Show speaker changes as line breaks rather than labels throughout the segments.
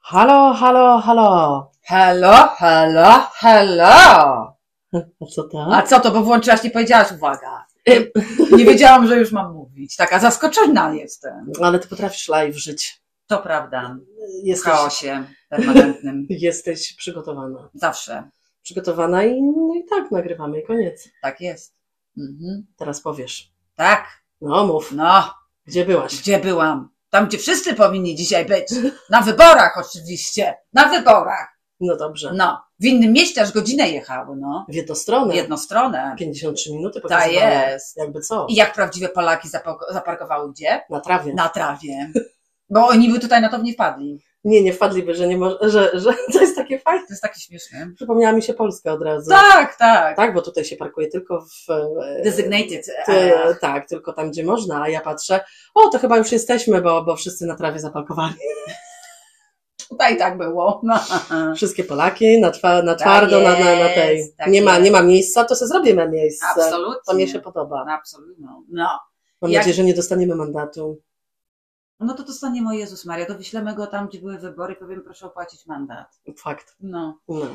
Halo, halo, halo.
Halo, halo, halo!
A co
A
tam?
co to, bo włączyłaś, nie powiedziałaś, uwaga. Nie wiedziałam, że już mam mówić. Taka zaskoczona jestem.
Ale ty potrafisz live żyć.
To prawda. W
Jesteś,
chaosie permanentnym.
jesteś przygotowana.
Zawsze.
Przygotowana i, no i tak, nagrywamy i koniec.
Tak jest. Mhm.
Teraz powiesz.
Tak.
No mów,
No,
gdzie byłaś?
gdzie byłam? Tam, gdzie wszyscy powinni dzisiaj być. Na wyborach oczywiście. Na wyborach.
No dobrze.
No. W innym mieście aż godzinę jechały, no.
W jedną stronę.
W jedną stronę.
53 minuty
Ta
pokazywało.
Tak jest.
Jakby co?
I jak prawdziwe Polaki zapok- zaparkowały gdzie?
Na trawie.
Na trawie. Bo oni by tutaj na to nie wpadli.
Nie, nie wpadliby, że nie może, że, że to jest takie fajne.
To jest takie śmieszne.
Przypomniała mi się Polska od razu.
Tak, tak.
Tak, bo tutaj się parkuje tylko w... e,
Designated.
Ty,
Ach,
tak, tylko tam, gdzie można, a ja patrzę, o, to chyba już jesteśmy, bo, bo wszyscy na trawie zaparkowali.
Tutaj tak było. No.
Wszystkie Polaki na, twa, na
Tak
twardo, na, na, na
jest,
tej.
tak
nie, ma,
jest.
nie ma miejsca, to sobie zrobimy miejsce.
Absolutnie.
To mnie się podoba.
Absolutnie. No.
Mam
Jak-
nadzieję, że nie dostaniemy mandatu.
no to dostanie moje Jezus Maria. To wyślemy go tam, gdzie były wybory i powiem, proszę opłacić mandat.
Fakt.
No.
No.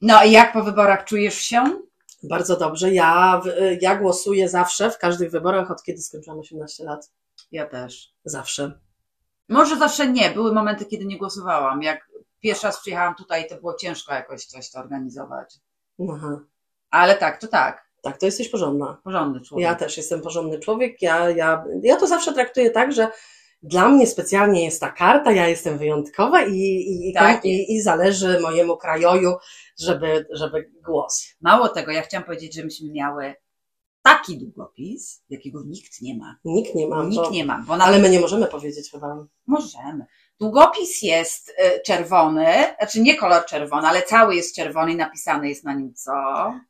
No i jak po wyborach czujesz się?
Bardzo dobrze. Ja, w- y, ja głosuję zawsze w każdych wyborach, od kiedy skończyłam 18 lat.
Ja też.
Zawsze.
Może zawsze nie. Były momenty, kiedy nie głosowałam. Jak pierwszy raz przyjechałam tutaj, to było ciężko jakoś coś to organizować.
Aha.
Ale tak, to tak.
Tak, to jesteś porządna.
Porządny człowiek.
Ja też jestem porządny człowiek. Ja, ja, ja to zawsze traktuję tak, że dla mnie specjalnie jest ta karta, ja jestem wyjątkowa i, i, i,
Tak
i, i zależy mojemu krajoju, żeby, żeby głos.
Mało tego, ja chciałam powiedzieć, że myśmy miały taki długopis, jakiego nikt nie ma.
Nikt nie ma.
Nikt
bo-
nie ma, bo na
Ale my nie możemy powiedzieć chyba.
Możemy. Długopis jest e, czerwony, znaczy nie kolor czerwony, ale cały jest czerwony i napisane jest na nim co.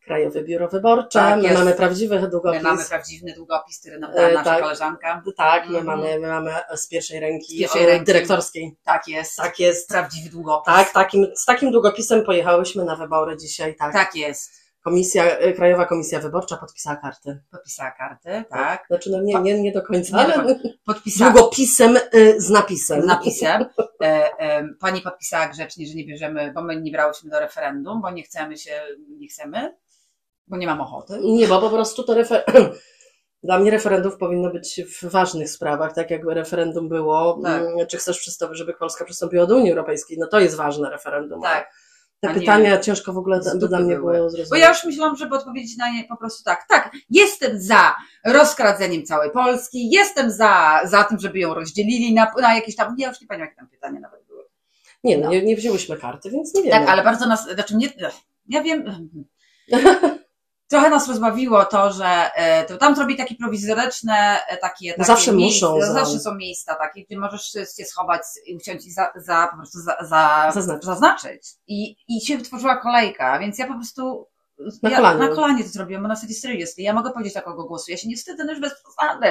Krajowe Biuro Wyborcze,
Tak,
my
jest.
mamy prawdziwy
My
długopis.
mamy prawdziwy długopis, który nam dała
E,
nasza
tak.
koleżanka.
Tak, my
Mhm.
mamy, my mamy z pierwszej ręki,
Z pierwszej
e,
ręki.
dyrektorskiej.
Tak jest.
Tak jest.
Prawdziwy długopis.
Tak, takim, z takim długopisem pojechałyśmy na wybory dzisiaj. Tak.
Tak jest.
Komisja, e, Krajowa Komisja Wyborcza podpisała karty.
Podpisała karty, tak.
Znaczy, no nie, nie, nie do końca,
Nie do
ale
Podpisała
długopisem e, z napisem.
z napisem. E, e, pani podpisała grzecznie, że nie bierzemy, bo my nie brałyśmy do referendum, bo nie chcemy się, nie chcemy, bo nie mam ochoty.
Nie, bo po prostu to refer... Dla mnie referendów powinno być w ważnych sprawach, tak jakby referendum było,
Tak.
mm, czy chcesz, przystąpić, żeby Polska przystąpiła do Unii Europejskiej, no to jest ważne referendum.
Tak.
Te
a nie-
pytania ciężko w ogóle
z
by
dupy
dla mnie
były.
było
Bo
zrozumieć.
ja już myślałam, żeby odpowiedzieć na nie po prostu tak. Tak, jestem za rozkradzeniem całej Polski, jestem za, za tym, żeby ją rozdzielili na, na jakieś tam. Ja już nie pamiętam, jakie tam pytania nawet były.
Nie, no,
No.
nie, nie wzięłyśmy karty, więc nie wiem.
Tak, ale bardzo nas. Znaczy nie, ja wiem. Trochę nas rozbawiło to, że e, to tam robi takie prowizoryczne, e, takie, takie
Zawsze
miejsca,
muszą,
no,
za-
zawsze są miejsca takie, gdzie możesz się schować i usiąść i za, za po prostu za, za,
Zaznaczyć.
zaznaczyć. I, I się wytworzyła kolejka, więc ja po prostu
Na
ja,
kolanie.
na kolanie to zrobiłam, bo na zasadzie seriously, ja mogę powiedzieć na kogo głosuję, ja się nie wstydzę, no już bez przesady.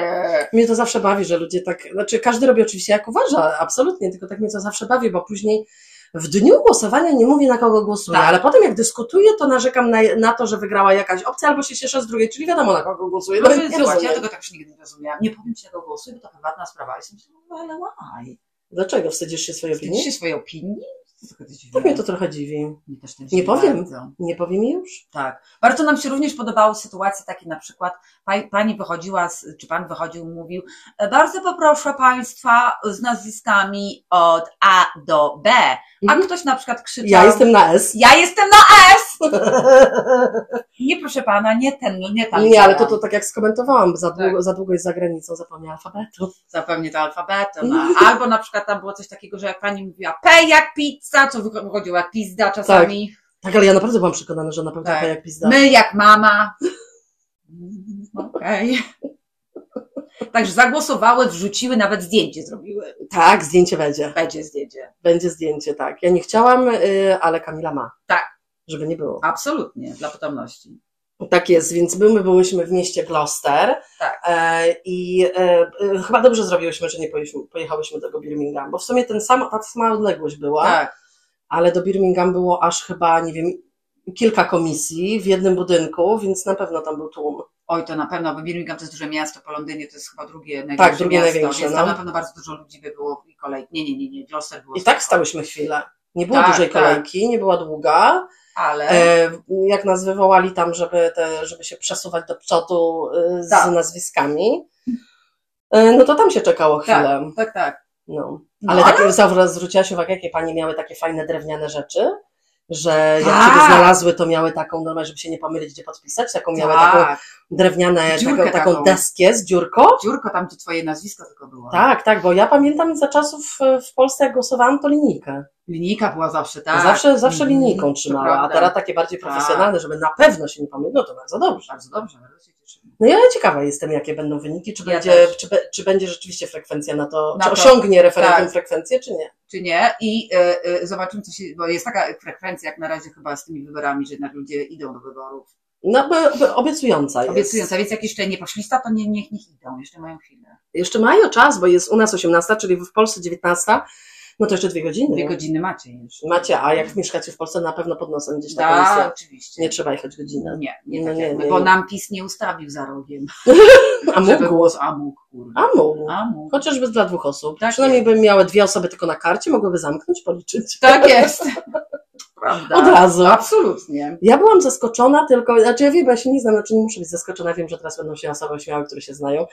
Mnie to zawsze bawi, że ludzie tak, znaczy każdy robi oczywiście jak uważa, absolutnie, tylko tak mnie to zawsze bawi, bo później w dniu głosowania nie mówię na kogo głosuję,
Tak.
ale potem jak dyskutuję, to narzekam na, na to, że wygrała jakaś opcja albo się cieszę z drugiej, czyli wiadomo na kogo głosuję.
No,
No,
więc
nie
słuchajcie, ja
rozumiem.
tego tak już nigdy nie rozumiałam. Nie powiem ci na kogo głosuję, bo to prywatna sprawa. Ja się myślę, no ale why?
Dlaczego? Wstydzisz się swojej
Wstydzisz
opinii?
się swojej opinii? To trochę dziwne.
Tak mnie to trochę dziwi.
Mnie też to
Nie
dziwi
powiem.
Bardzo.
Nie powiem już.
Tak. Bardzo nam się również podobały sytuacje takie na przykład pa- pani wychodziła, z, czy pan wychodził i mówił "E, bardzo poproszę państwa z nazwiskami od A do B, a
Mhm.
ktoś na przykład krzyczał
Ja jestem na S.
ja jestem na S! Nie proszę pana, nie ten, nie ta
Nie,
litera.
ale to, to tak jak skomentowałam, za
Tak.
długo, za długo jest za granicą, zapomniałam alfabetu.
Zapewnie to alfabetu. No. Albo na przykład tam było coś takiego, że jak pani mówiła P jak pizza, co wycho- wychodziło jak pizda czasami.
Tak, ale ja naprawdę byłam przekonana, że na pewno
Tak.
taka jak pizda.
My jak mama. Mm, Okej. Także zagłosowały, wrzuciły, nawet zdjęcie zrobiły.
Tak, zdjęcie będzie.
Będzie zdjęcie.
Będzie zdjęcie, tak. Ja nie chciałam, y, ale Kamila ma.
Tak.
Żeby nie było.
Absolutnie, dla potomności.
Tak jest, więc my, my byłyśmy w mieście Gloucester
Tak.
e, i e, e, chyba dobrze zrobiłyśmy, że nie pojechałyśmy, pojechałyśmy do Birmingham, bo w sumie ten sam, ta sama odległość była,
Tak,
ale do Birmingham było aż chyba, nie wiem, kilka komisji w jednym budynku, więc na pewno tam był tłum.
Oj, to na pewno, bo Birmingham to jest duże miasto, po Londynie to jest chyba drugie największe
Tak, drugie
miasto,
największe,
więc tam
no.
na pewno bardzo dużo ludzi by było i kolej. Nie, nie, nie, nie, Gloucester było
I tak
spoko,
stałyśmy chwilę. Nie było
Tak,
dużej
tak.
kolejki, nie była długa.
Ale
E, jak nas wywołali tam, żeby, te, żeby się przesuwać do przodu e, z
Tak.
nazwiskami, e, no to tam się czekało chwilę.
tak, tak.
No.
No,
Ale tak zauwa- zwróciłaś uwagę, jakie panie miały takie fajne drewniane rzeczy, że jak
Tak.
ciebie znalazły, to miały taką normalnie, żeby się nie pomylić, gdzie podpisać, taką miały taką
tak.
drewniane,
Dziurkę
taką, taką
taką.
deskę z dziurką.
Dziurko tam, gdzie twoje nazwisko tylko było.
Tak, tak, bo ja pamiętam za czasów e, w Polsce, jak głosowałam, to linijkę.
Linijka była zawsze, tak.
Zawsze, zawsze
Mhm,
linijką
to
trzymała, a
prawda. Tak.
teraz takie bardziej profesjonalne, żeby na pewno się nie pamiętał, to bardzo dobrze.
Bardzo dobrze, bardzo się cieszymy.
No ja ciekawa jestem, jakie będą wyniki, czy,
Ja
będzie,
też.
czy, be, czy będzie rzeczywiście frekwencja na to,
Na
czy
to.
osiągnie referendum
Tak.
frekwencję, czy nie.
Czy nie? I e, e, zobaczymy, co się, bo jest taka frekwencja jak na razie chyba z tymi wyborami, że jednak ludzie idą do wyborów.
No, bo, bo obiecująca jest.
Obiecująca, więc jak jeszcze nie poszli sta, to nie, niech niech idą, jeszcze mają chwilę.
Jeszcze mają czas, bo jest u nas 18, czyli w Polsce 19, no to jeszcze dwie godziny.
Dwie godziny macie jeszcze.
Macie, a jak mieszkacie w Polsce, na pewno pod nosem gdzieś taką
Tak,
misję.
oczywiście.
Nie trzeba jechać godzinę.
Nie, nie,
No
tak
nie,
jak my,
nie,
bo
nie.
nam PiS nie ustawił za rogiem.
A
żeby
mógł.
głos, a mógł, kurwa.
A mógł.
A mógł.
Chociażby dla dwóch osób.
Tak
Przynajmniej by miały dwie osoby tylko na karcie, mogłyby zamknąć, policzyć.
Tak jest. Prawda.
Od razu.
Absolutnie.
Ja byłam zaskoczona tylko, znaczy ja wiem, bo ja się nie znam, znaczy nie muszę być zaskoczona, wiem, że teraz będą się osoby śmiały, które się znają,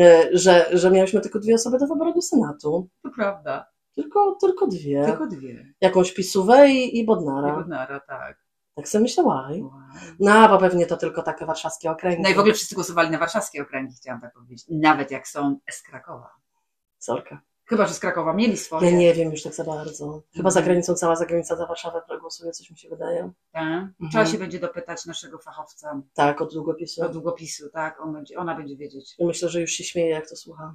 e, że, że miałyśmy tylko dwie osoby do wyboru do Senatu.
To prawda.
Tylko, tylko dwie.
Tylko dwie.
Jakąś pisówę i, i Bodnara.
Nara, tak.
Tak sobie myślałam.
Wow.
No, bo pewnie to tylko takie warszawskie okręgi.
No i w ogóle wszyscy głosowali na warszawskie okręgi, chciałam tak powiedzieć. Nawet jak są z Krakowa.
Sorka.
Chyba, że z Krakowa mieli swoje.
Ja nie wiem już tak za bardzo. Chyba za
Mhm.
granicą, cała zagranica za Warszawę głosuje, coś mi się wydaje.
Tak? Trzeba
Mhm.
się będzie dopytać naszego fachowca
Tak, od długopisu.
do długopisu, tak? On będzie, ona będzie wiedzieć.
I Myślę, że już się śmieje, jak to słucha.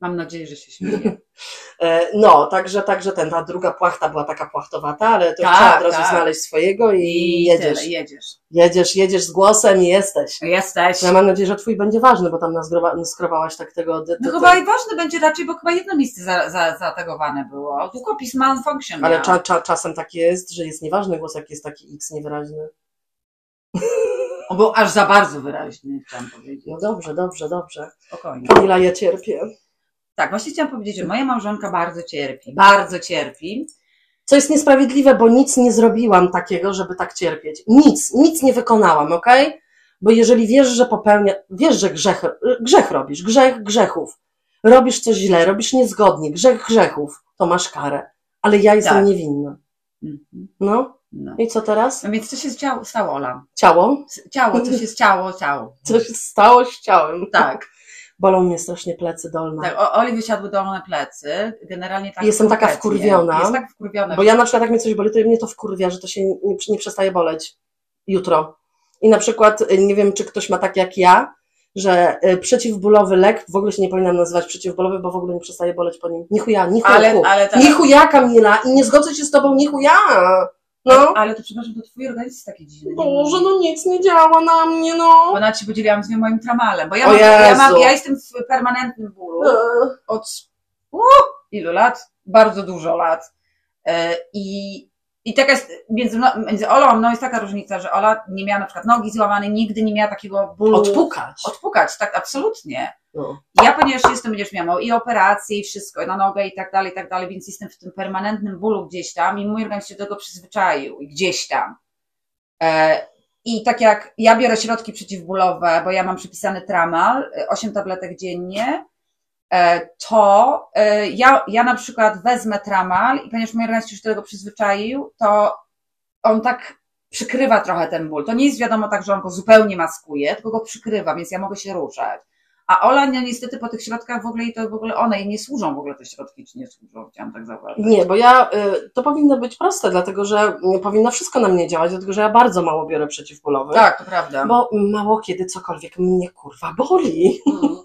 Mam nadzieję, że się śmieje.
E, No, także, także ten, ta druga płachta była taka płachtowata, ale to
Tak,
trzeba od razu
tak.
znaleźć swojego i, jedziesz.
tyle, jedziesz.
Jedziesz, jedziesz z głosem i jesteś. No,
Jesteś.
Ja mam nadzieję, że twój będzie ważny, bo tam nasgroba- skrobałaś tak tego... Ty,
No chyba i ważne będzie raczej, bo chyba jedno miejsce za, za, zatagowane było. Długopis malfunction.
Ale
miał.
cza, cza, czasem tak jest, że jest nieważny głos, jak jest taki X niewyraźny.
On był aż za bardzo wyraźny, chciałam powiedzieć.
No dobrze, dobrze, dobrze.
Spokojnie.
Kamila, ja cierpię.
Tak, właśnie chciałam powiedzieć, że moja małżonka bardzo cierpi. Bardzo cierpi.
Co jest niesprawiedliwe, bo nic nie zrobiłam takiego, żeby tak cierpieć. Nic, nic nie wykonałam, okej? Bo jeżeli wiesz, że popełnia, wiesz, że grzech, grzech robisz, grzech grzechów, robisz coś źle, robisz niezgodnie, grzech grzechów, to masz karę. Ale ja jestem
Tak.
niewinna.
Mhm.
No
No.
i co teraz?
no więc co się stało, stało Ola?
Ciało?
S- Ciało, co się stało, ciało.
Coś stało z ciałem.
Tak,
Bolą mnie strasznie plecy dolne.
tak. O, Oli wysiadły dolne plecy. Generalnie tak.
Jestem taka
kompletnie.
wkurwiona,
Jest tak wkurwiona.
Bo ja na przykład jak mnie coś boli, to mnie to wkurwia, że to się nie, nie przestaje boleć jutro. I na przykład y, nie wiem, czy ktoś ma tak jak ja, że y, przeciwbólowy lek w ogóle się nie powinnam nazywać przeciwbólowy, bo w ogóle nie przestaje boleć po nim. Nie chuja, nie chuja,
Ale-
ku.
ale tak.
nie chuja Kamila i nie zgodzę się z tobą, nie chuja. No,
Ale to przepraszam, to twój organizm jest taki dziwny.
Boże, no nic nie działa na mnie, no.
Bo nawet się podzieliłam z nią moim tramalem, bo ja,
O
mam, ja,
Jezu.
mam, ja jestem w permanentnym bólu.
Eee,
od u, ilu lat? Bardzo dużo lat. E, I, i taka jest, między, mno- między Olą a mną jest taka różnica, że Ola nie miała na przykład nogi złamanej, nigdy nie miała takiego bólu.
Odpukać.
Odpukać, tak, absolutnie.
No.
Ja, ponieważ jestem, będziesz miała i operacje, i wszystko, i na nogę, i tak dalej, i tak dalej, więc jestem w tym permanentnym bólu gdzieś tam i mój organizm się do tego przyzwyczaił, i gdzieś tam. E, I tak jak ja biorę środki przeciwbólowe, bo ja mam przypisany tramal, e, 8 tabletek dziennie, e, to e, ja, ja na przykład wezmę tramal i ponieważ mój organizm się już do tego przyzwyczaił, to on tak przykrywa trochę ten ból. To nie jest wiadomo tak, że on go zupełnie maskuje, tylko go przykrywa, więc ja mogę się ruszać. A Ola no, niestety po tych środkach w ogóle i to w ogóle one jej nie służą w ogóle te środki, czy nie służą, chciałam tak zauważyć.
Nie, bo ja, y, to powinno być proste, dlatego że y, powinno wszystko na mnie działać, dlatego że ja bardzo mało biorę przeciwbólowych.
Tak, to prawda.
Bo mało kiedy cokolwiek mnie kurwa boli.
Mhm.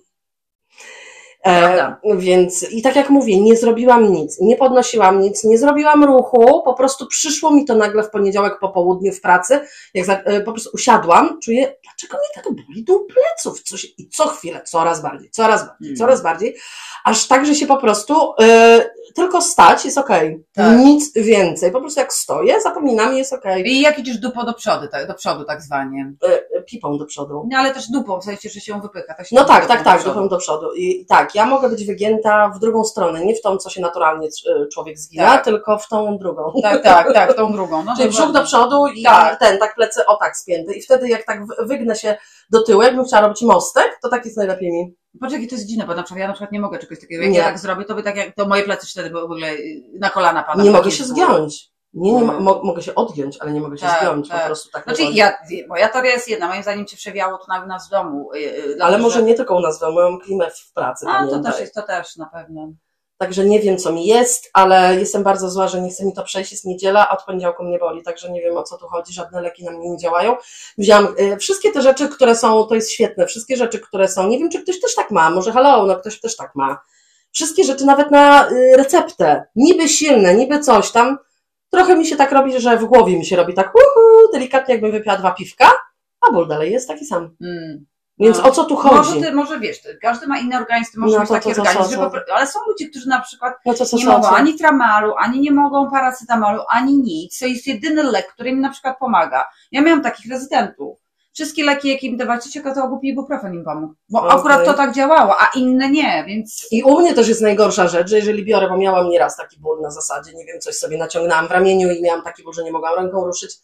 E,
Prawda.
więc i tak jak mówię, nie zrobiłam nic, nie podnosiłam nic, nie zrobiłam ruchu, po prostu przyszło mi to nagle w poniedziałek po południu w pracy, jak za, e, po prostu usiadłam, czuję, dlaczego mnie tak boli dół pleców, co się, i co chwilę, coraz bardziej, coraz bardziej,
Mm.
coraz bardziej, aż tak, że się po prostu e, tylko stać jest okej.
Tak.
Nic więcej. Po prostu jak stoję, zapominam i jest okej.
I jak idziesz dupą do przodu, tak, do przodu tak zwanie.
E, Pipą do przodu.
No ale też dupą, w sensie, że się ją wypycha. Tak się
No tak,
dupą
tak,
do
tak,
przodu.
dupą do przodu. I i tak, ja mogę być wygięta w drugą stronę, nie w tą, co się naturalnie e, człowiek zgina,
Tak.
tylko w tą drugą.
Tak, tak, tak, tą drugą. No,
Czyli
to
brzuch do
ładnie.
przodu i
Tak.
ten, tak plecy o tak spięty. I wtedy jak tak wy- wygnę się do tyłu, jakbym chciała robić mostek, to tak jest najlepiej mi.
Poczekaj, to jest dziwne, bo na przykład ja na przykład nie mogę czegoś takiego. Jak
Nie.
ja tak zrobię, to by tak jak, to moje plecy wtedy by w ogóle y, na kolana padały.
nie
Tak
mogę
jest
się
było.
zgiąć. Nie, nie mo-
Mhm.
mo- mogę się odgiąć, ale nie mogę się
Tak,
zgiąć,
tak.
po prostu tak
Znaczy,
wychodzi.
ja, moja teoria jest jedna, moim zdaniem cię przewiało to na nas w domu. y, y,
Ale
dlatego,
może
że-
nie tylko u nas, bo mam klimę w pracy,
A, to
pamiętaj.
też jest, to też na pewno.
Także nie wiem, co mi jest, ale jestem bardzo zła, że nie chce mi to przejść. Jest niedziela, a od poniedziałku mnie boli, także nie wiem, o co tu chodzi. Żadne leki na mnie nie działają. Wziąłam e, wszystkie te rzeczy, które są, to jest świetne, wszystkie rzeczy, które są. Nie wiem, czy ktoś też tak ma, może halo, no ktoś też tak ma. Wszystkie rzeczy nawet na y, receptę. Niby silne, niby coś tam. Trochę mi się tak robi, że w głowie mi się robi tak uhu, delikatnie jakbym wypiła dwa piwka, a ból dalej jest taki sam.
Mm.
Więc
No.
o co tu
Może,
chodzi?
ty, może wiesz, ty- każdy ma inny organizm, ty możesz
No
mieć
to-
taki
to- to-
organizm,
to-
że po pro- ale są ludzie, którzy na przykład
No to co,
nie
co,
mogą
co?
ani tramalu, ani nie mogą paracetamolu, ani nic. To jest jedyny lek, który im na przykład pomaga. Ja miałam takich rezydentów. Wszystkie leki, jakie im dawać, ciekawe, to ogłupi ibuprofen im pomógł. Bo
Okej.
akurat to tak działało, a inne nie, więc...
I u mnie też jest najgorsza rzecz, że jeżeli biorę, bo miałam nieraz taki ból na zasadzie, nie wiem, coś sobie naciągnęłam w ramieniu i miałam taki ból, że nie mogłam ręką ruszyć,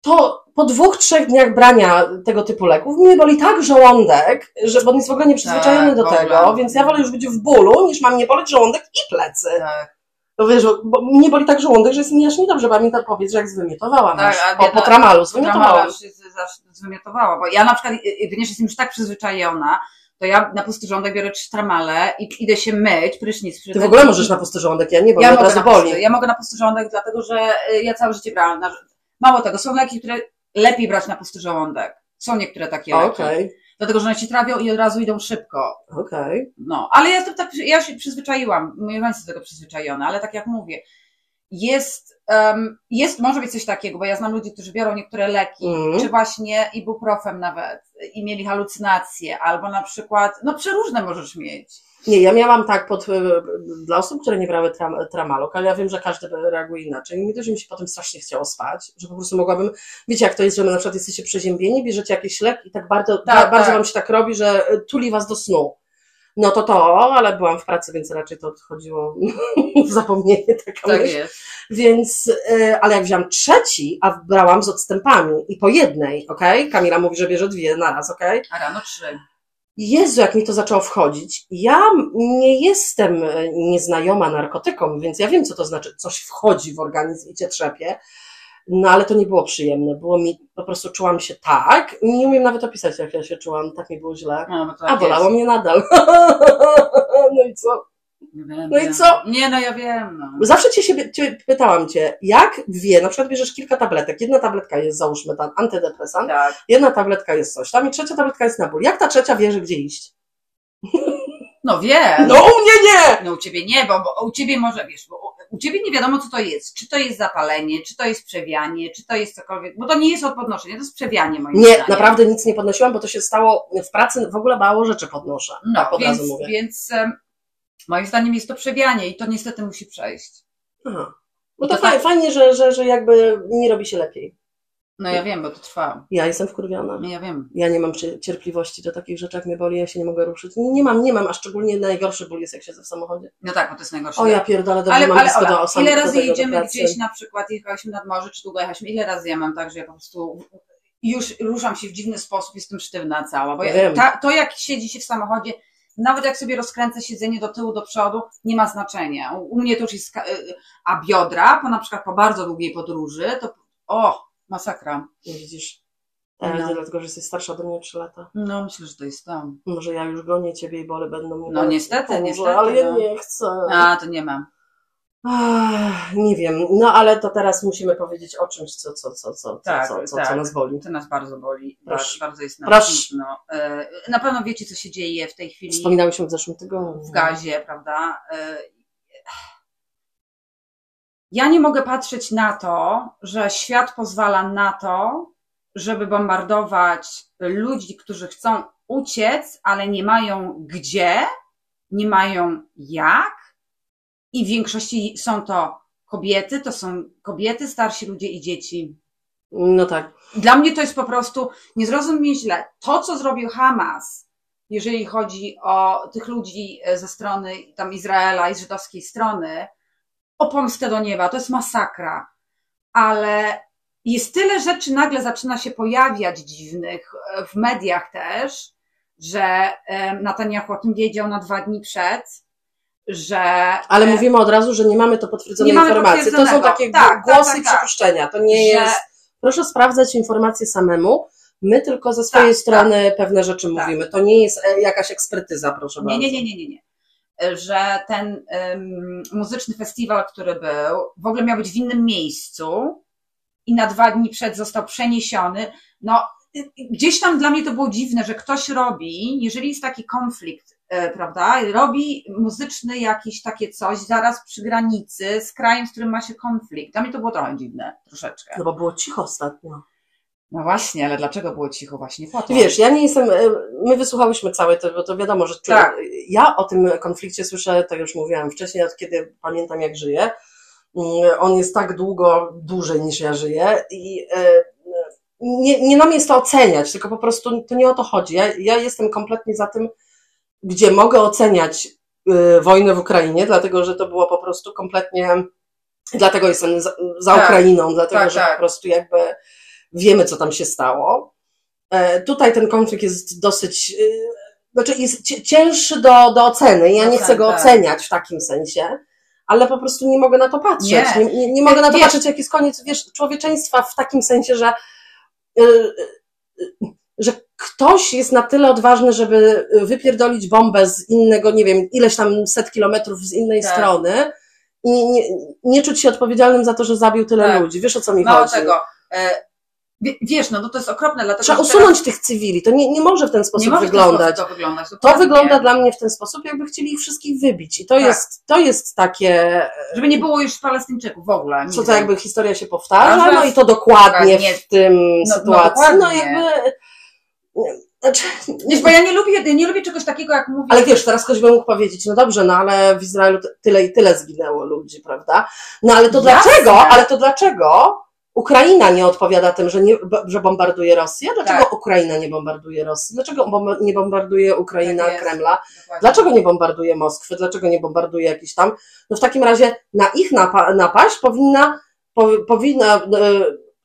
to po dwóch, trzech dniach brania tego typu leków mnie boli tak żołądek, że bo on jest w ogóle nieprzyzwyczajony
Tak,
do
w ogóle.
tego, więc ja wolę już być w bólu, niż mam nie boleć żołądek i plecy.
Tak,
No wiesz, bo- bo mnie boli tak żołądek, że jest mi aż niedobrze, pamiętam powiedz, że jak zwymiotowałam
Tak,
już,
a
po, po
biedna-
tramalu, zwymiotowałam.
tramalu się z- zawsze zwymiotowała, bo ja na przykład, y- y, ponieważ jestem już tak przyzwyczajona, to ja na pusty żołądek biorę trzy tramale i idę się myć, prysznic.
Ty w
prysznic.
ogóle możesz na pusty żołądek, ja nie, bo
ja
mnie od
mogę,
razu
na
boli.
pusty, ja mogę na pusty żołądek, dlatego że y, ja całe życie brałam. Na, mało tego, są leki, które lepiej brać na pusty żołądek. Są niektóre takie leki.
Okej,
Dlatego, że one ci trawią i od razu idą szybko.
okej.
No, ale ja, jestem tak, ja się przyzwyczaiłam. Moje ręce są do tego przyzwyczajone, ale tak jak mówię, jest, em, jest, może być coś takiego, bo ja znam ludzi, którzy biorą niektóre leki,
Mhm.
czy właśnie ibuprofen nawet, i mieli halucynacje, albo na przykład, no przeróżne możesz mieć.
Nie, ja miałam tak pod, y, dla osób, które nie brały tram, tramalok, ale ja wiem, że każdy reaguje inaczej. Mi też mi się potem strasznie chciało spać, że po prostu mogłabym, wiecie jak to jest, że my na przykład jesteście przeziębieni, bierzecie jakiś lek i tak bardzo, ba-
tak.
bardzo wam się tak robi, że y, tuli was do snu. No to to, ale byłam w pracy, więc raczej to odchodziło w zapomnienie. Taka myśl.
Tak jest.
Więc, y, ale jak wziąłam trzeci, a brałam z odstępami i po jednej, okej? Kamila mówi, że bierze dwie na raz, okej?
A rano trzy.
Jezu, jak mi to zaczęło wchodzić. Ja nie jestem e, nieznajoma narkotykom, więc ja wiem, co to znaczy. Coś wchodzi w organizm i cię trzepie. No ale to nie było przyjemne. Było mi, po prostu czułam się tak. Nie umiem nawet opisać, jak ja się czułam. Tak mi było źle.
No, bo to
A
tak
bolało
jest.
mnie nadal. No i co?
Wiem,
No i
wiem.
co?
Nie, no ja wiem. No.
Zawsze cię, siebie, cię pytałam cię, jak wie, na przykład bierzesz kilka tabletek. Jedna tabletka jest, załóżmy, tam antydepresant.
Tak.
Jedna tabletka jest coś tam i trzecia tabletka jest na ból. Jak ta trzecia wie, że gdzie iść?
No wiem.
No u mnie nie!
No u ciebie nie, bo, bo u ciebie może wiesz, bo u- u ciebie nie wiadomo, co to jest. Czy to jest zapalenie, czy to jest przewianie, czy to jest cokolwiek. Bo to nie jest od podnoszenia, to jest przewianie moim
Nie,
zdaniem.
naprawdę nic nie podnosiłam, bo to się stało w pracy, w ogóle mało rzeczy podnoszę.
No,
tak od
więc,
razu mówię.
więc em, moim zdaniem jest to przewianie i to niestety musi przejść.
Aha. No to,
To
faj-
tak-
fajnie, że, że, że jakby mi robi się lepiej.
No ja wiem, bo to trwa.
Ja jestem wkurwiona.
No ja wiem.
Ja nie mam cie- cierpliwości do takich rzeczy, jak mnie boli, ja się nie mogę ruszyć. Nie mam, nie mam, a szczególnie najgorszy ból jest, jak siedzę w samochodzie.
No tak, bo to jest najgorsze.
O ja pierdolę, dobrze
ale
mam
ale
blisko do
Ola,
osam-
ile
do
razy
tego, do
jedziemy
pracy.
gdzieś na przykład, jechaliśmy nad morze, czy długo jechaliśmy, ile razy ja mam tak, że ja po prostu już ruszam się w dziwny sposób, jestem sztywna cała, bo ja,
Wiem.
ta, to jak siedzi się w samochodzie, nawet jak sobie rozkręcę siedzenie do tyłu, do przodu, nie ma znaczenia. U, u mnie to już jest, ka- y, a biodra, po na przykład po bardzo długiej podróży, to o, masakra.
No Widzisz. E,
No.
Dlatego, że jesteś starsza ode mnie o 3 lata.
No myślę, że to jest tam.
Może ja już gonię ciebie i bole będą mu
No
boleć.
niestety,
Boże,
niestety,
Ale ja
no.
nie chcę.
A, to nie mam.
Ach, nie wiem, no ale to teraz musimy powiedzieć o czymś, co, co, co, co,
Tak,
co, co, co,
tak.
nas boli.
To nas bardzo boli,
Proszę.
bardzo, bardzo jest nam
Proszę.
smutno. Y, Na pewno wiecie, co się dzieje w tej chwili.
Wspominałyśmy w zeszłym tygodniu.
w gazie, prawda? Y, Ja nie mogę patrzeć na to, że świat pozwala na to, żeby bombardować ludzi, którzy chcą uciec, ale nie mają gdzie, nie mają jak i w większości są to kobiety, to są kobiety, starsi ludzie i dzieci.
No tak.
Dla mnie to jest po prostu, nie zrozum mnie źle, to co zrobił Hamas, jeżeli chodzi o tych ludzi e, ze strony tam Izraela i żydowskiej strony, o pomstę do nieba, to jest masakra. Ale jest tyle rzeczy nagle zaczyna się pojawiać dziwnych e, w mediach też, że em, Netanyahu o tym wiedział na dwa dni przed, że.
Ale mówimy od razu, że nie mamy to potwierdzonej
E, Nie mamy
informacji. To są
potwierdzonego.
takie
Tak,
głosy
tak, tak,
i
tak.
przypuszczenia. To nie
Że-
jest. Proszę sprawdzać informacje samemu. My tylko ze swojej
Tak,
strony pewne rzeczy
Tak.
mówimy. To nie jest e, jakaś ekspertyza, proszę
Nie,
bardzo.
nie, nie, nie, nie, nie. Że ten em, muzyczny festiwal, który był, w ogóle miał być w innym miejscu i na dwa dni przed został przeniesiony. No, y- y- gdzieś tam dla mnie to było dziwne, że ktoś robi, jeżeli jest taki konflikt, e, prawda, robi muzyczny jakieś takie coś zaraz przy granicy z krajem, z którym ma się konflikt. Dla mnie to było trochę dziwne, troszeczkę.
No bo było cicho ostatnio.
No właśnie, ale dlaczego było cicho właśnie po to?
Wiesz, ja nie jestem. e, My wysłuchałyśmy całe to, bo to wiadomo, że czu-
Tak.
ja o tym konflikcie słyszę, to już mówiłam wcześniej, od kiedy pamiętam, jak żyję. Mm, On jest tak długo, dłużej niż ja żyję i e, nie, nie na mnie jest to oceniać, tylko po prostu to nie o to chodzi. Ja, ja jestem kompletnie za tym, gdzie mogę oceniać e, wojnę w Ukrainie, dlatego że to było po prostu kompletnie. Dlatego jestem za, za
Tak.
Ukrainą, dlatego
Tak,
że
tak.
po prostu jakby wiemy, co tam się stało. E, Tutaj ten konflikt jest dosyć, y, znaczy jest cie- cięższy do, do oceny. Ja nie
Ocen,
chcę go
tak.
oceniać w takim sensie, ale po prostu nie mogę na to patrzeć. Nie,
Nie.
nie, nie, mogę na to
Wiesz-
patrzeć, jak jest koniec wiesz, człowieczeństwa w takim sensie, że, y, y, y, że ktoś jest na tyle odważny, żeby y, wypierdolić bombę z innego, nie wiem, ileś tam set kilometrów z innej
Tak.
strony. I nie, nie czuć się odpowiedzialnym za to, że zabił tyle
Tak.
ludzi. Wiesz o co mi
Mało
chodzi?
tego. e, wie- Wiesz, no, no to jest okropne, dlatego
Trzeba
że teraz-
usunąć tych cywili. To nie, nie może w ten
nie
sposób
może w ten
wyglądać.
sposób to wyglądać.
to
dokładnie.
wygląda dla mnie w ten sposób, jakby chcieli ich wszystkich wybić. I to,
Tak.
jest, to jest takie,
Żeby nie było już Palestyńczyków w ogóle.
co
nie
to
wiem.
jakby historia się powtarza,
Każda
no i
z-
to dokładnie
dokładnie.
w tym
No- no
sytuacji. No,
dokładnie.
jakby. Znaczy,
Wiesz, bo ja nie lubię, nie lubię czegoś takiego, jak mówię.
ale wiesz, teraz ktoś by mógł powiedzieć, no dobrze, no ale w Izraelu t- tyle i tyle zginęło ludzi, prawda? No ale to
Jasne.
dlaczego? Ale to dlaczego Ukraina nie odpowiada tym, że, nie, b- że bombarduje Rosję? Dlaczego
Tak.
Ukraina nie bombarduje Rosji? Dlaczego bomba- nie bombarduje Ukraina
Tak jest.
Kremla?
Dokładnie.
Dlaczego nie bombarduje Moskwy? Dlaczego nie bombarduje jakiś tam? No w takim razie na ich napa- napaść powinna, powi- powinna e,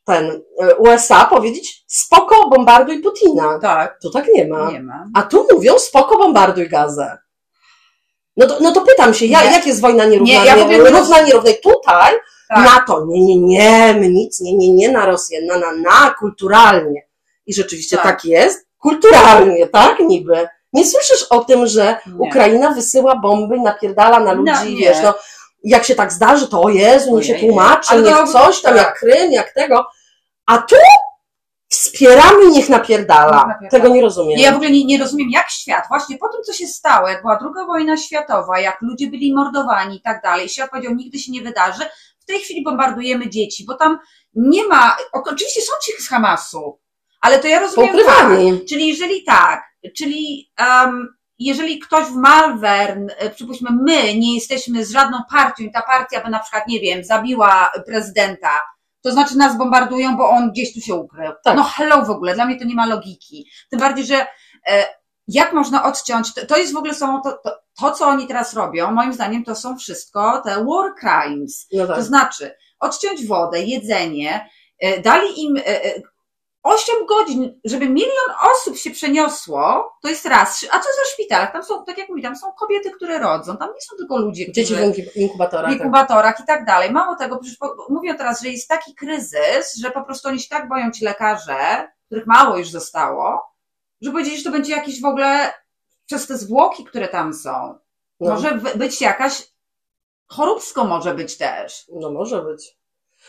ten e, USA powiedzieć spoko bombarduj Putina.
Tak,
Tu tak nie ma.
nie ma.
A tu mówią spoko bombarduj Gazę. No to, no to pytam się, ja,
Nie.
jak jest wojna nierówna,
Nie, ja w ogóle nie
równa nierównej? Tutaj
Tak.
NATO, nie, nie, nie, my nic, nie, nie, nie na Rosję, na, na, na, kulturalnie. I rzeczywiście tak,
Tak.
jest, kulturalnie, tak niby. Nie słyszysz o tym, że
Nie.
Ukraina wysyła bomby, napierdala na ludzi,
No, nie.
wiesz, no, jak się tak zdarzy, to o Jezu, niech się
Ojej.
tłumaczy,
Ale
niech
to-
coś tam,
tak.
jak Krym, jak tego. A tu wspieramy, niech napierdala.
Niech napierdala.
Tego nie rozumiem.
Ja w ogóle nie, nie rozumiem, jak świat, właśnie po tym, co się stało, jak była druga wojna światowa, jak ludzie byli mordowani i tak dalej, świat powiedział, nigdy się nie wydarzy, w tej chwili bombardujemy dzieci, bo tam nie ma, o- oczywiście są ci z Hamasu, ale to ja rozumiem tak,
Poukrywani.
Czyli jeżeli tak, czyli em, jeżeli ktoś w Malvern, e, przypuśćmy my, nie jesteśmy z żadną partią i ta partia by na przykład, nie wiem, zabiła prezydenta, to znaczy nas bombardują, bo on gdzieś tu się ukrył.
Tak.
No hello w ogóle, dla mnie to nie ma logiki. Tym bardziej, że e, jak można odciąć, to, to jest w ogóle są, to, to, to co oni teraz robią, moim zdaniem to są wszystko te war crimes.
No tak.
To znaczy, odciąć wodę, jedzenie, e, dali im 8 godzin, żeby milion osób się przeniosło, to jest raz. A co za szpitalach? Tam są, tak jak mówiłam, są kobiety, które rodzą, tam nie są tylko ludzie,
Dzieci
którzy
w inku- inkubatorach.
No w inkubatorach i tak dalej. Mało tego, przecież po- mówią teraz, że jest taki kryzys, że po prostu oni się tak boją ci lekarze, których mało już zostało, że powiedzieli, że to będzie jakiś w ogóle przez te zwłoki, które tam są.
No,
Może wy- być jakaś, choróbsko może być też.
no może być.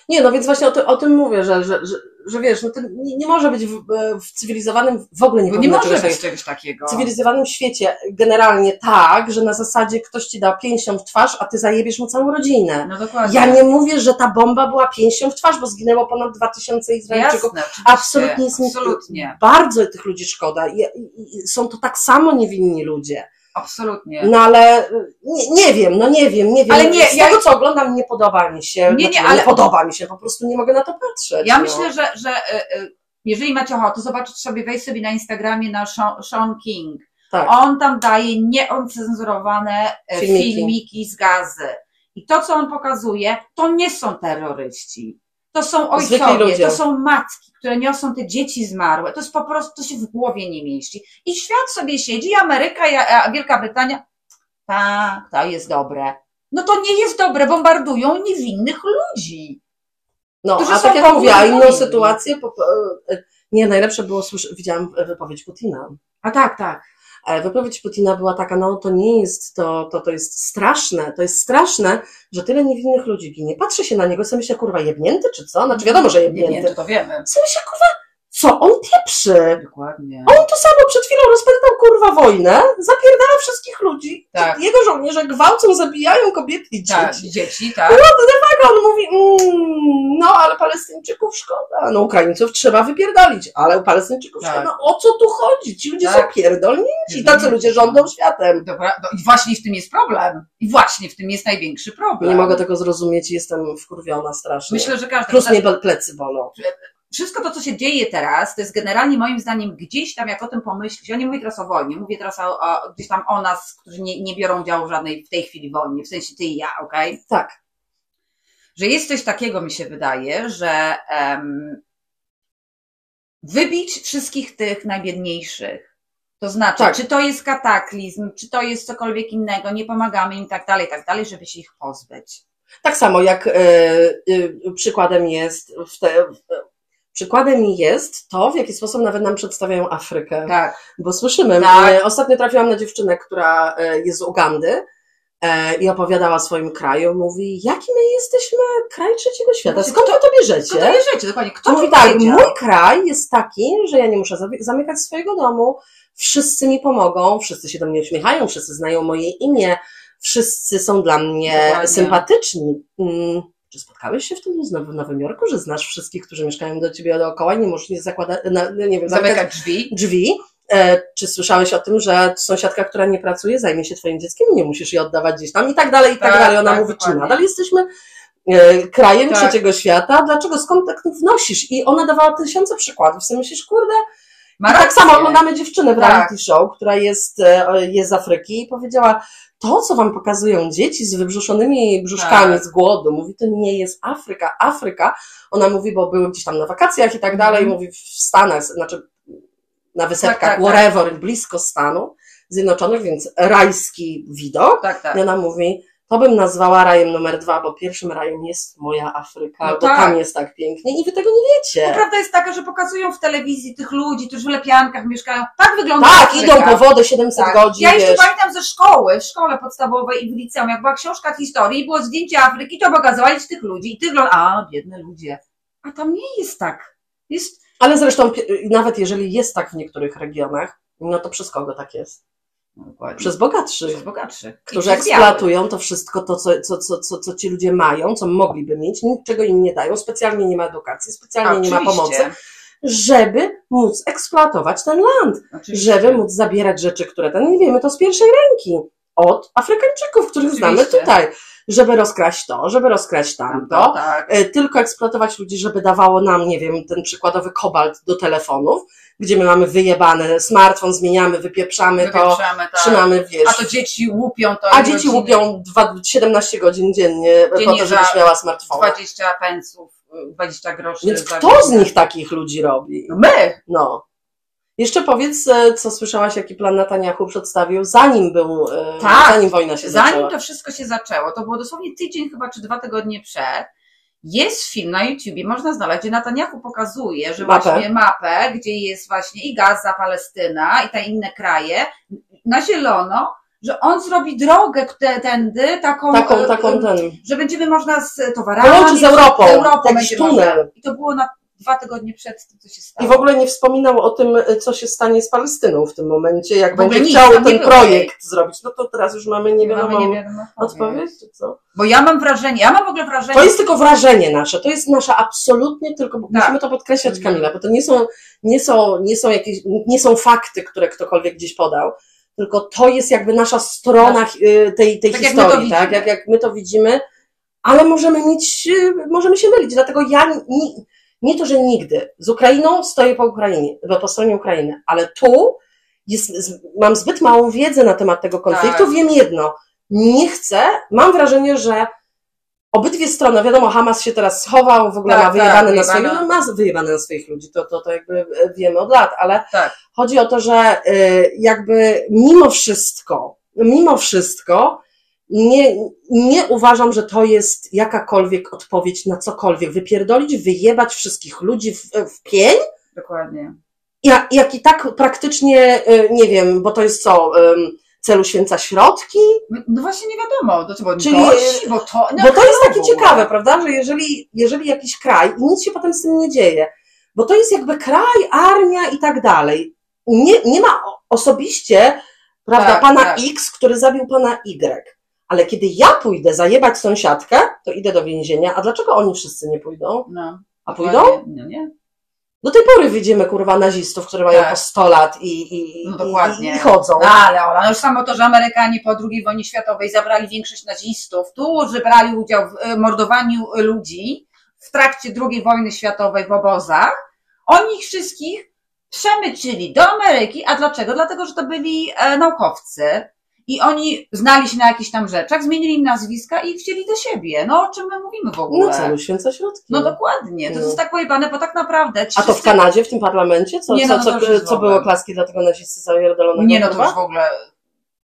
Nie, no więc właśnie o, ty, o tym mówię, że, że, że, że wiesz, no to nie, nie może być w, w cywilizowanym, w ogóle nie,
Bo No nie
powinno
może
czegoś
być
takiego.
czegoś takiego.
W cywilizowanym świecie generalnie tak, że na zasadzie ktoś ci da pięścią w twarz, a ty zajebiesz mu całą rodzinę.
No dokładnie.
Ja nie mówię, że ta bomba była pięścią w twarz, bo zginęło ponad 2000 Izraelczyków.
Jasne, oczywiście.
Absolutnie jest mi
Absolutnie.
bardzo tych ludzi szkoda. I, i, i są to tak samo niewinni ludzie.
Absolutnie.
No ale y, nie, nie wiem, no nie wiem, nie wiem.
Ale nie,
Z
ja-
tego co oglądam nie podoba mi się.
Nie, nie,
Znaczy,
ale-
nie podoba mi się, po prostu nie mogę na to patrzeć.
Ja
no.
myślę, że, że y, y, jeżeli macie ochotę zobaczyć sobie, wejść sobie na Instagramie na Sean, Sean King.
Tak.
On tam daje nieoncenzurowane y,
Filmiki.
filmiki. z gazy. I to, co on pokazuje, to nie są terroryści. To są
Zwykli
ojcowie,
ludzie.
to są matki, które niosą te dzieci zmarłe. To jest po prostu, to się w głowie nie mieści. I świat sobie siedzi, i Ameryka, i a- a Wielka Brytania. Tak, to jest dobre. No to nie jest dobre, bombardują niewinnych ludzi.
No,
którzy
a
są
tak jak
komuś
mówię, a inną
winni.
sytuację, po, e, e, nie, najlepsze było, słyszę, widziałam e, wypowiedź Putina.
A tak, tak.
E, Wypowiedź Putina była taka, no to nie jest, to, to, to jest straszne, to jest straszne, że tyle niewinnych ludzi ginie. Patrzę się na niego, sobie myślę, kurwa, jebnięty czy co? Znaczy wiadomo, że
Nie wiem,
jebnięty.
czy to wiemy.
Sobie się kurwa, co on pieprzy?
Dokładnie.
On to samo przed chwilą rozpętał kurwa wojnę, zapierdala wszystkich ludzi.
Tak.
Jego żołnierze gwałcą, zabijają kobiety i dzieci.
Tak, dzieci, tak.
Tak, on mówi, mm, no ale Palestyńczyków szkoda, no Ukraińców trzeba wypierdolić, ale Palestyńczyków
Tak.
szkoda. O co tu chodzi? Ci ludzie
Tak.
są pierdolnięci, tacy ludzie rządzą światem.
Dobra, no i właśnie w tym jest problem. I właśnie w tym jest największy problem.
Nie mogę tego zrozumieć, jestem wkurwiona strasznie.
Tak. Myślę, że każdy.
Plus mnie plecy bolą.
Wszystko to, co się dzieje teraz, to jest generalnie moim zdaniem gdzieś tam, jak o tym pomyślisz, ja nie mówię teraz o wojnie, mówię teraz o, o, gdzieś tam o nas, którzy nie, nie biorą udziału w żadnej w tej chwili wojnie, w sensie ty i ja, okej?
Tak,
że jest coś takiego, mi się wydaje, że em, wybić wszystkich tych najbiedniejszych. To znaczy,
Tak.
czy to jest kataklizm, czy to jest cokolwiek innego, nie pomagamy im tak dalej, tak dalej, żeby się ich pozbyć.
tak samo jak e, e, przykładem jest w te, w, e, Przykładem jest to, w jaki sposób nawet nam przedstawiają Afrykę.
Tak,
Bo słyszymy,
Tak.
e, ostatnio trafiłam na dziewczynę, która e, jest z Ugandy e, i opowiadała o swoim kraju. Mówi, jaki my jesteśmy kraj trzeciego świata?
Znaczy,
Skąd wy to
co to
bierzecie?
jest życie, dokładnie. Kto
Mówi
ci
tak,
powiedział?
mój kraj jest taki, że ja nie muszę zabi- zamykać swojego domu, wszyscy mi pomogą, wszyscy się do mnie uśmiechają, wszyscy znają moje imię, wszyscy są dla mnie
Dokładnie.
sympatyczni. Mm. Czy spotkałeś się w tym znowu w Nowym Jorku, że znasz wszystkich, którzy mieszkają do ciebie dookoła i nie możesz nie zakładać, na- nie wiem, zamykać
Zamyka drzwi.
drzwi. E, Czy słyszałeś o tym, że sąsiadka, która nie pracuje, zajmie się twoim dzieckiem, nie musisz jej oddawać gdzieś tam i tak dalej, i tak,
Tak,
dalej. Ona
tak,
mówi, czy
dokładnie.
nadal jesteśmy e, krajem
Tak.
trzeciego świata? Dlaczego? Skąd tak wnosisz? I ona dawała tysiące przykładów. Sobie myślisz, kurde,
Ma
i tak
rację.
samo oglądamy dziewczynę w
Tak.
reality show, która jest, e, o, jest z Afryki i powiedziała, to co wam pokazują dzieci z wybrzuszonymi brzuszkami
Tak.
z głodu, mówi, to nie jest Afryka, Afryka. Ona mówi, bo były gdzieś tam na wakacjach i tak dalej,
Mhm.
mówi w Stanach, znaczy na wysepkach,
Tak, tak, tak.
wherever, blisko Stanu Zjednoczonych, więc rajski widok.
Tak, tak.
I ona mówi, to bym nazwała rajem numer dwa, bo pierwszym rajem jest moja Afryka,
No
bo
tak.
tam jest tak pięknie i wy tego nie
Bo
wiecie.
No, prawda jest taka, że pokazują w telewizji tych ludzi, którzy w lepiankach mieszkają. Tak wygląda
Tak,
Afryka. Tak.
idą po wodę 700 godzin,
Ja jeszcze
wiesz.
pamiętam ze szkoły, w szkole podstawowej i w liceum, jak była książka historii, było zdjęcie Afryki, to pokazywali ci tych ludzi i ty wygląda, a biedne ludzie. A tam nie jest tak. Jest,
Ale zresztą pie- nawet jeżeli jest tak w niektórych regionach, no to przez kogo tak jest? Przez
przez
bogatszych,
bogatszych. I
którzy
przez białych.
eksploatują to wszystko, to co, co, co, co, co ci ludzie mają, co mogliby mieć, niczego im nie dają, specjalnie nie ma edukacji, specjalnie nie ma
Oczywiście,
pomocy, żeby móc eksploatować ten land,
Oczywiście.
żeby móc zabierać rzeczy, które ten, nie wiemy to z pierwszej ręki, od Afrykańczyków, których znamy
Oczywiście.
tutaj, żeby rozkraść to, żeby rozkraść tamto,
Tamto, tak.
e, tylko eksploatować ludzi, żeby dawało nam, nie wiem, ten przykładowy kobalt do telefonów, gdzie my mamy wyjebane smartfon, zmieniamy, wypieprzamy to,
Wypieprzamy, tak.
trzymamy, wiesz.
A to dzieci łupią to.
a
i
dzieci
rodziny.
łupią dwa- 17 godzin dziennie po
Dziennie
to,
za
żebyś miała smartfona.
20 pensów, 20 groszy.
Więc
za
kto
godzinę.
z nich takich ludzi robi?
No my!
No. Jeszcze powiedz, e, co słyszałaś, jaki plan Netanyahu przedstawił, zanim był, e,
Tak.
zanim wojna się
Zanim
zaczęła.
to wszystko się zaczęło, to było dosłownie tydzień chyba, czy dwa tygodnie przed, jest film na YouTubie, można znaleźć, gdzie Netanyahu pokazuje, że
Mapę.
właśnie mapę, gdzie jest właśnie i Gaza, Palestyna i te inne kraje, na zielono, że on zrobi drogę te, tędy, taką,
Taką,
e,
taką
e,
ten.
że będziemy można z towarami,
Połączy z Europą, taki
będzie
tunel.
można. I to było na dwa tygodnie przed tym, co się stało.
I w ogóle nie wspominał o tym, e, co się stanie z Palestyną w tym momencie, jak
W ogóle
będzie
nic,
chciał
tam nie
ten
było.
projekt zrobić. No to teraz już mamy
nie mamy
niewiadomą
niewiadomą odpowiedź.
odpowiedź, czy co?
Bo ja mam wrażenie, ja mam w ogóle wrażenie,
To jest tylko wrażenie nasze, to jest nasze absolutnie tylko, bo
Tak.
musimy to podkreślać
Mhm.
Kamila, bo to nie są, nie są, nie są jakieś, nie są fakty, które ktokolwiek gdzieś podał. tylko to jest jakby nasza strona y, tej, tej
Tak jak my to
historii, tak?
widzimy.
Jak, jak my to widzimy, ale możemy mieć, y, możemy się mylić, dlatego ja nie, nie to, że nigdy z Ukrainą stoję po Ukrainie, bo po stronie Ukrainy, ale tu jest, z- mam zbyt małą wiedzę na temat tego konfliktu,
Tak.
wiem jedno, nie chcę, mam wrażenie, że obydwie strony, wiadomo, Hamas się teraz schował, w ogóle
Tak,
ma
tak,
wyjebane na
wyjebane.
swoich, no, ma wyjebane na swoich ludzi, to, to, to jakby e, wiemy od lat, ale
Tak.
chodzi o to, że y, jakby mimo wszystko, mimo wszystko, nie, nie uważam, że to jest jakakolwiek odpowiedź na cokolwiek. Wypierdolić, wyjebać wszystkich ludzi w, w pień,
Dokładnie.
ja- jak i tak praktycznie, y, nie wiem, bo to jest co, ym, celu święca środki,
No właśnie nie wiadomo, do czego oni
Czyli-
doszli, bo to... No,
bo to jest takie
w ogóle.
ciekawe, prawda, że jeżeli, jeżeli jakiś kraj i nic się potem z tym nie dzieje, bo to jest jakby kraj, armia i tak dalej. Nie, nie ma o- osobiście, prawda,
Tak,
pana
tak.
X, który zabił pana Y. Ale kiedy ja pójdę zajebać sąsiadkę, to idę do więzienia. A dlaczego oni wszyscy nie pójdą?
No,
A pójdą?
No nie.
Do tej pory widzimy kurwa nazistów, którzy mają
Tak.
po 100 lat i, i,
No dokładnie.
i, i chodzą.
No, ale Ola, no już samo to, że Amerykanie po II wojnie światowej zabrali większość nazistów, którzy brali udział w e, mordowaniu e, ludzi w trakcie II wojny światowej w obozach, oni ich wszystkich przemycili do Ameryki. A dlaczego? Dlatego, że to byli e, naukowcy i oni znali się na jakichś tam rzeczach, zmienili im nazwiska i ich wzięli do siebie. No o czym my mówimy w ogóle?
No celu święca środki.
No dokładnie, to
No.
jest tak pojebane, bo tak naprawdę ci
A to w
wszyscy-
Kanadzie, w tym parlamencie? Co,
Nie,
co,
no to
co,
już jest
co
w
było
ogóle.
klaski dla tego nazisty zawierdolonego?
Nie, no to
kurwa?
już w ogóle,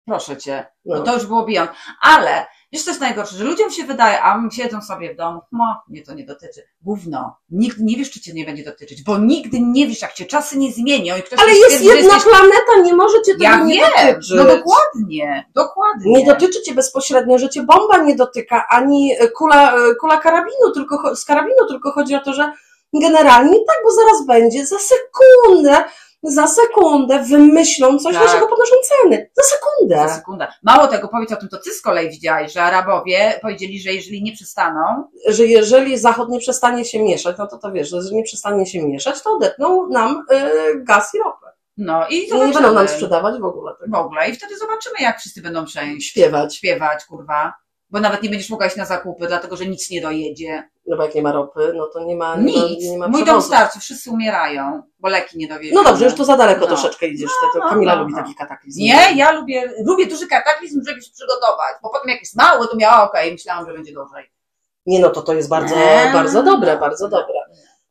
proszę cię,
No.
No to już było beyond. Ale wiesz, to jest najgorsze, że ludziom się wydaje, a m- siedzą sobie w domu, no, mnie to nie dotyczy. Gówno. Nigdy nie wiesz, czy cię nie będzie dotyczyć, bo nigdy nie wiesz, jak cię czasy nie zmienią i ktoś
Ale
ci
jest
stwierdzi, że
jedna
jesteś-
planeta, nie możecie tego
Ja
nie
wiem,
dotyczyć.
no dokładnie, dokładnie.
Nie dotyczy cię bezpośrednio, że cię bomba nie dotyka, ani e, kula, kula karabinu, tylko cho- z karabinu, tylko chodzi o to, że generalnie tak, bo zaraz będzie, za sekundę, za sekundę wymyślą coś,
Tak.
dlaczego podnoszą ceny. Za sekundę.
Za sekundę. Mało tego, powiedz o tym, to ty z kolei widziałeś, że Arabowie powiedzieli, że jeżeli nie przestaną,
Że jeżeli Zachód nie przestanie się mieszać, no to to wiesz, że nie przestanie się mieszać, to odetną nam y, gaz i ropę.
no i
I nie
zobaczymy.
będą nam sprzedawać w ogóle
w
tego.
ogóle i wtedy zobaczymy, jak wszyscy będą przejść.
Śpiewać,
śpiewać, kurwa. Bo nawet nie będziesz mogła iść na zakupy, dlatego że nic nie dojedzie.
no bo jak nie ma ropy, no to nie ma nie ma,
Nic.
nie ma
Mój dom
przewozu.
starczy, wszyscy umierają, bo leki nie dowiedzą.
No dobrze, już tu za daleko
No.
troszeczkę idziesz. To, to
no,
Kamila
no,
lubi
no.
taki kataklizm.
Nie, ja lubię, lubię duży kataklizm, żeby się przygotować, bo potem jak jest mały, to miała okej, myślałam, że będzie gorzej.
Nie, no to to jest bardzo,
Nie. no.
bardzo dobre, bardzo dobre.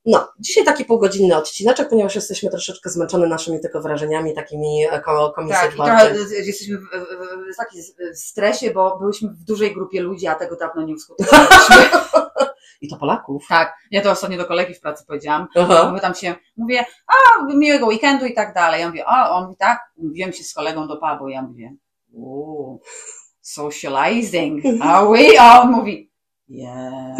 No, dzisiaj taki półgodzinny odcineczek, ponieważ jesteśmy troszeczkę zmęczone naszymi tylko wrażeniami, takimi e, ko-
Tak, i
komisji
trochę z- jesteśmy w, w, w, takiej z- w stresie, bo byłyśmy w dużej grupie ludzi, a tego dawno nie uskutecznialiśmy.
I to Polaków.
tak, ja to ostatnio do kolegi w pracy powiedziałam,
Aha.
Bo tam się, mówię, a miłego weekendu i tak dalej. Ja mówię, a on mówi, tak, mówiłem się z kolegą do pubu. Ja mówię, uuu, socializing, are we? A on mówi, yeah.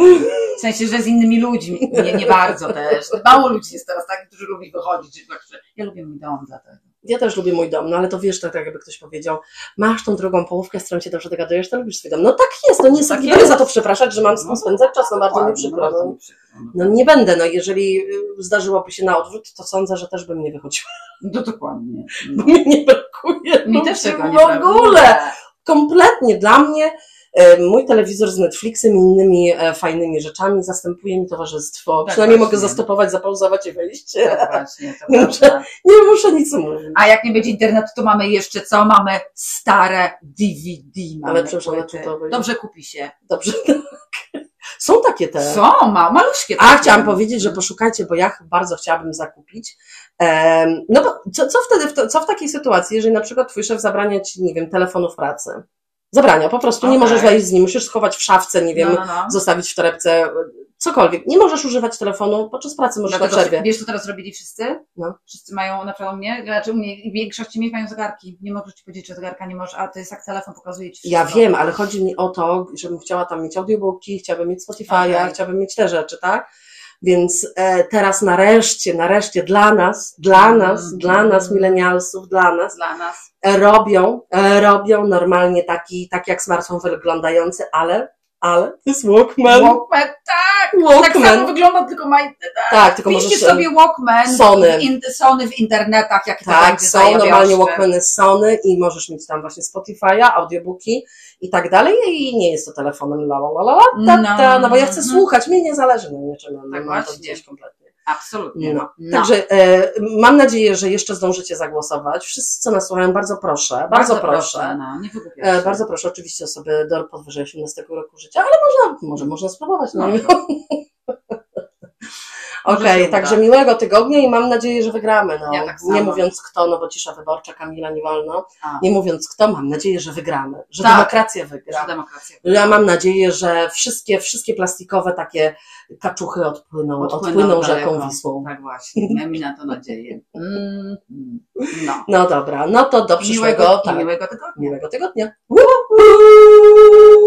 W sensie, że z innymi ludźmi. Nie, nie bardzo też. Mało ludzi jest teraz takich, którzy lubi wychodzić. Także ja lubię mój dom dlatego.
Ja też lubię mój dom, no ale to wiesz, tak jakby ktoś powiedział, masz tą drugą połówkę, z którą się dobrze dogadujesz, to lubisz swój dom. No tak jest, no nie jestem
Tak
tak
jest.
za to przepraszać, że mam z kim
No,
spędzać czas, no bardzo mi
Ładnie,
przykro.
bardzo
No,
mi przykro.
no nie będę, no jeżeli y, zdarzyłoby się na odwrót, to sądzę, że też bym nie wychodziła,
No dokładnie.
bo mnie nie brakuje.
Mi
no
też tego nie
w ogóle.
brakuje.
kompletnie dla mnie e, mój telewizor z Netflixem i innymi e, fajnymi rzeczami zastępuje mi towarzystwo.
Tak
Przynajmniej
właśnie.
mogę zastopować, zapauzować i wyjść.
Tak właśnie, to
Nie
prawda.
Nie muszę nic mówić.
A jak nie będzie internetu, to mamy jeszcze co? Mamy stare DVD. Mamy
Ale przepraszam,
płyty.
na czym to obejrzy?
Dobrze kupi się.
Dobrze. tak. Są takie te.
Co? Ma, maluśkie.
Tak. A
takie.
chciałam powiedzieć, że poszukajcie, bo ja bardzo chciałabym zakupić. Em, No bo co, co wtedy, w to- co w takiej sytuacji, jeżeli na przykład twój szef zabrania ci, nie wiem, telefonu w pracy? Zabrania, po prostu nie
Okej.
możesz wejść z nim, musisz schować w szafce, nie wiem,
No, no, no.
zostawić w torebce, e, cokolwiek. Nie możesz używać telefonu podczas pracy, możesz
Dlatego,
na przerwie.
wiesz, co teraz robili wszyscy?
No.
Wszyscy mają, na przykład u mnie, znaczy u mnie, w większości mnie mają zegarki. Nie możesz ci powiedzieć, że zegarka nie możesz, a to jest jak telefon pokazuje ci
Ja
wszystko.
wiem, ale chodzi mi o to, żebym chciała tam mieć audiobooki, chciałabym mieć Spotify'a,
Okej.
chciałabym mieć te rzeczy, tak? Więc e, teraz nareszcie, nareszcie dla nas, dla
Mm.
nas, dla nas, milenialsów, dla nas,
Dla nas.
e, robią, e, robią normalnie taki, tak jak smartfon wyglądający, ale, ale, to jest Walkman.
Walkman, tak! tak, tak samo
Walkman.
wygląda, tylko ma
Tak, tylko
Piszcie
możesz...
sobie Walkman,
Sony.
w In, Sony w internetach, jak to
Tak,
będzie
są normalnie
zajebiaście.
Walkmany z Sony i możesz mieć tam właśnie Spotify'a, audiobooki i tak dalej i nie jest to telefonem la la la la la, ta,
No.
ta, no bo ja chcę
Mhm.
słuchać, mnie nie zależy na niczym, no,
Tak
mam to
właśnie.
gdzieś kompletnie.
Absolutnie.
No.
No.
Także e, mam nadzieję, że jeszcze zdążycie zagłosować. Wszyscy, co nas słuchają, bardzo proszę, bardzo, proszę.
No, nie wygłupiaj
E,
się.
bardzo proszę, oczywiście osoby do powyżej 18 roku życia, ale można, może można spróbować. No.
No.
Okej,
Może się uda.
także miłego tygodnia i mam nadzieję, że wygramy. No.
Ja tak
nie
samo.
mówiąc kto, no bo cisza wyborcza, Kamila nie wolno.
A.
Nie mówiąc kto, mam nadzieję, że wygramy, że
Tak.
demokracja wygra.
Że demokracja.
Ja mam nadzieję, że wszystkie, wszystkie plastikowe takie kaczuchy odpłyną, No, odpłyną,
daleko.
rzeką Wisłą.
Tak właśnie, miejmy na to nadzieję. Mm, mm. No.
No dobra, no to do przyszłego,
Miłego,
tak,
miłego tygodnia.
miłego tygodnia.
Woo!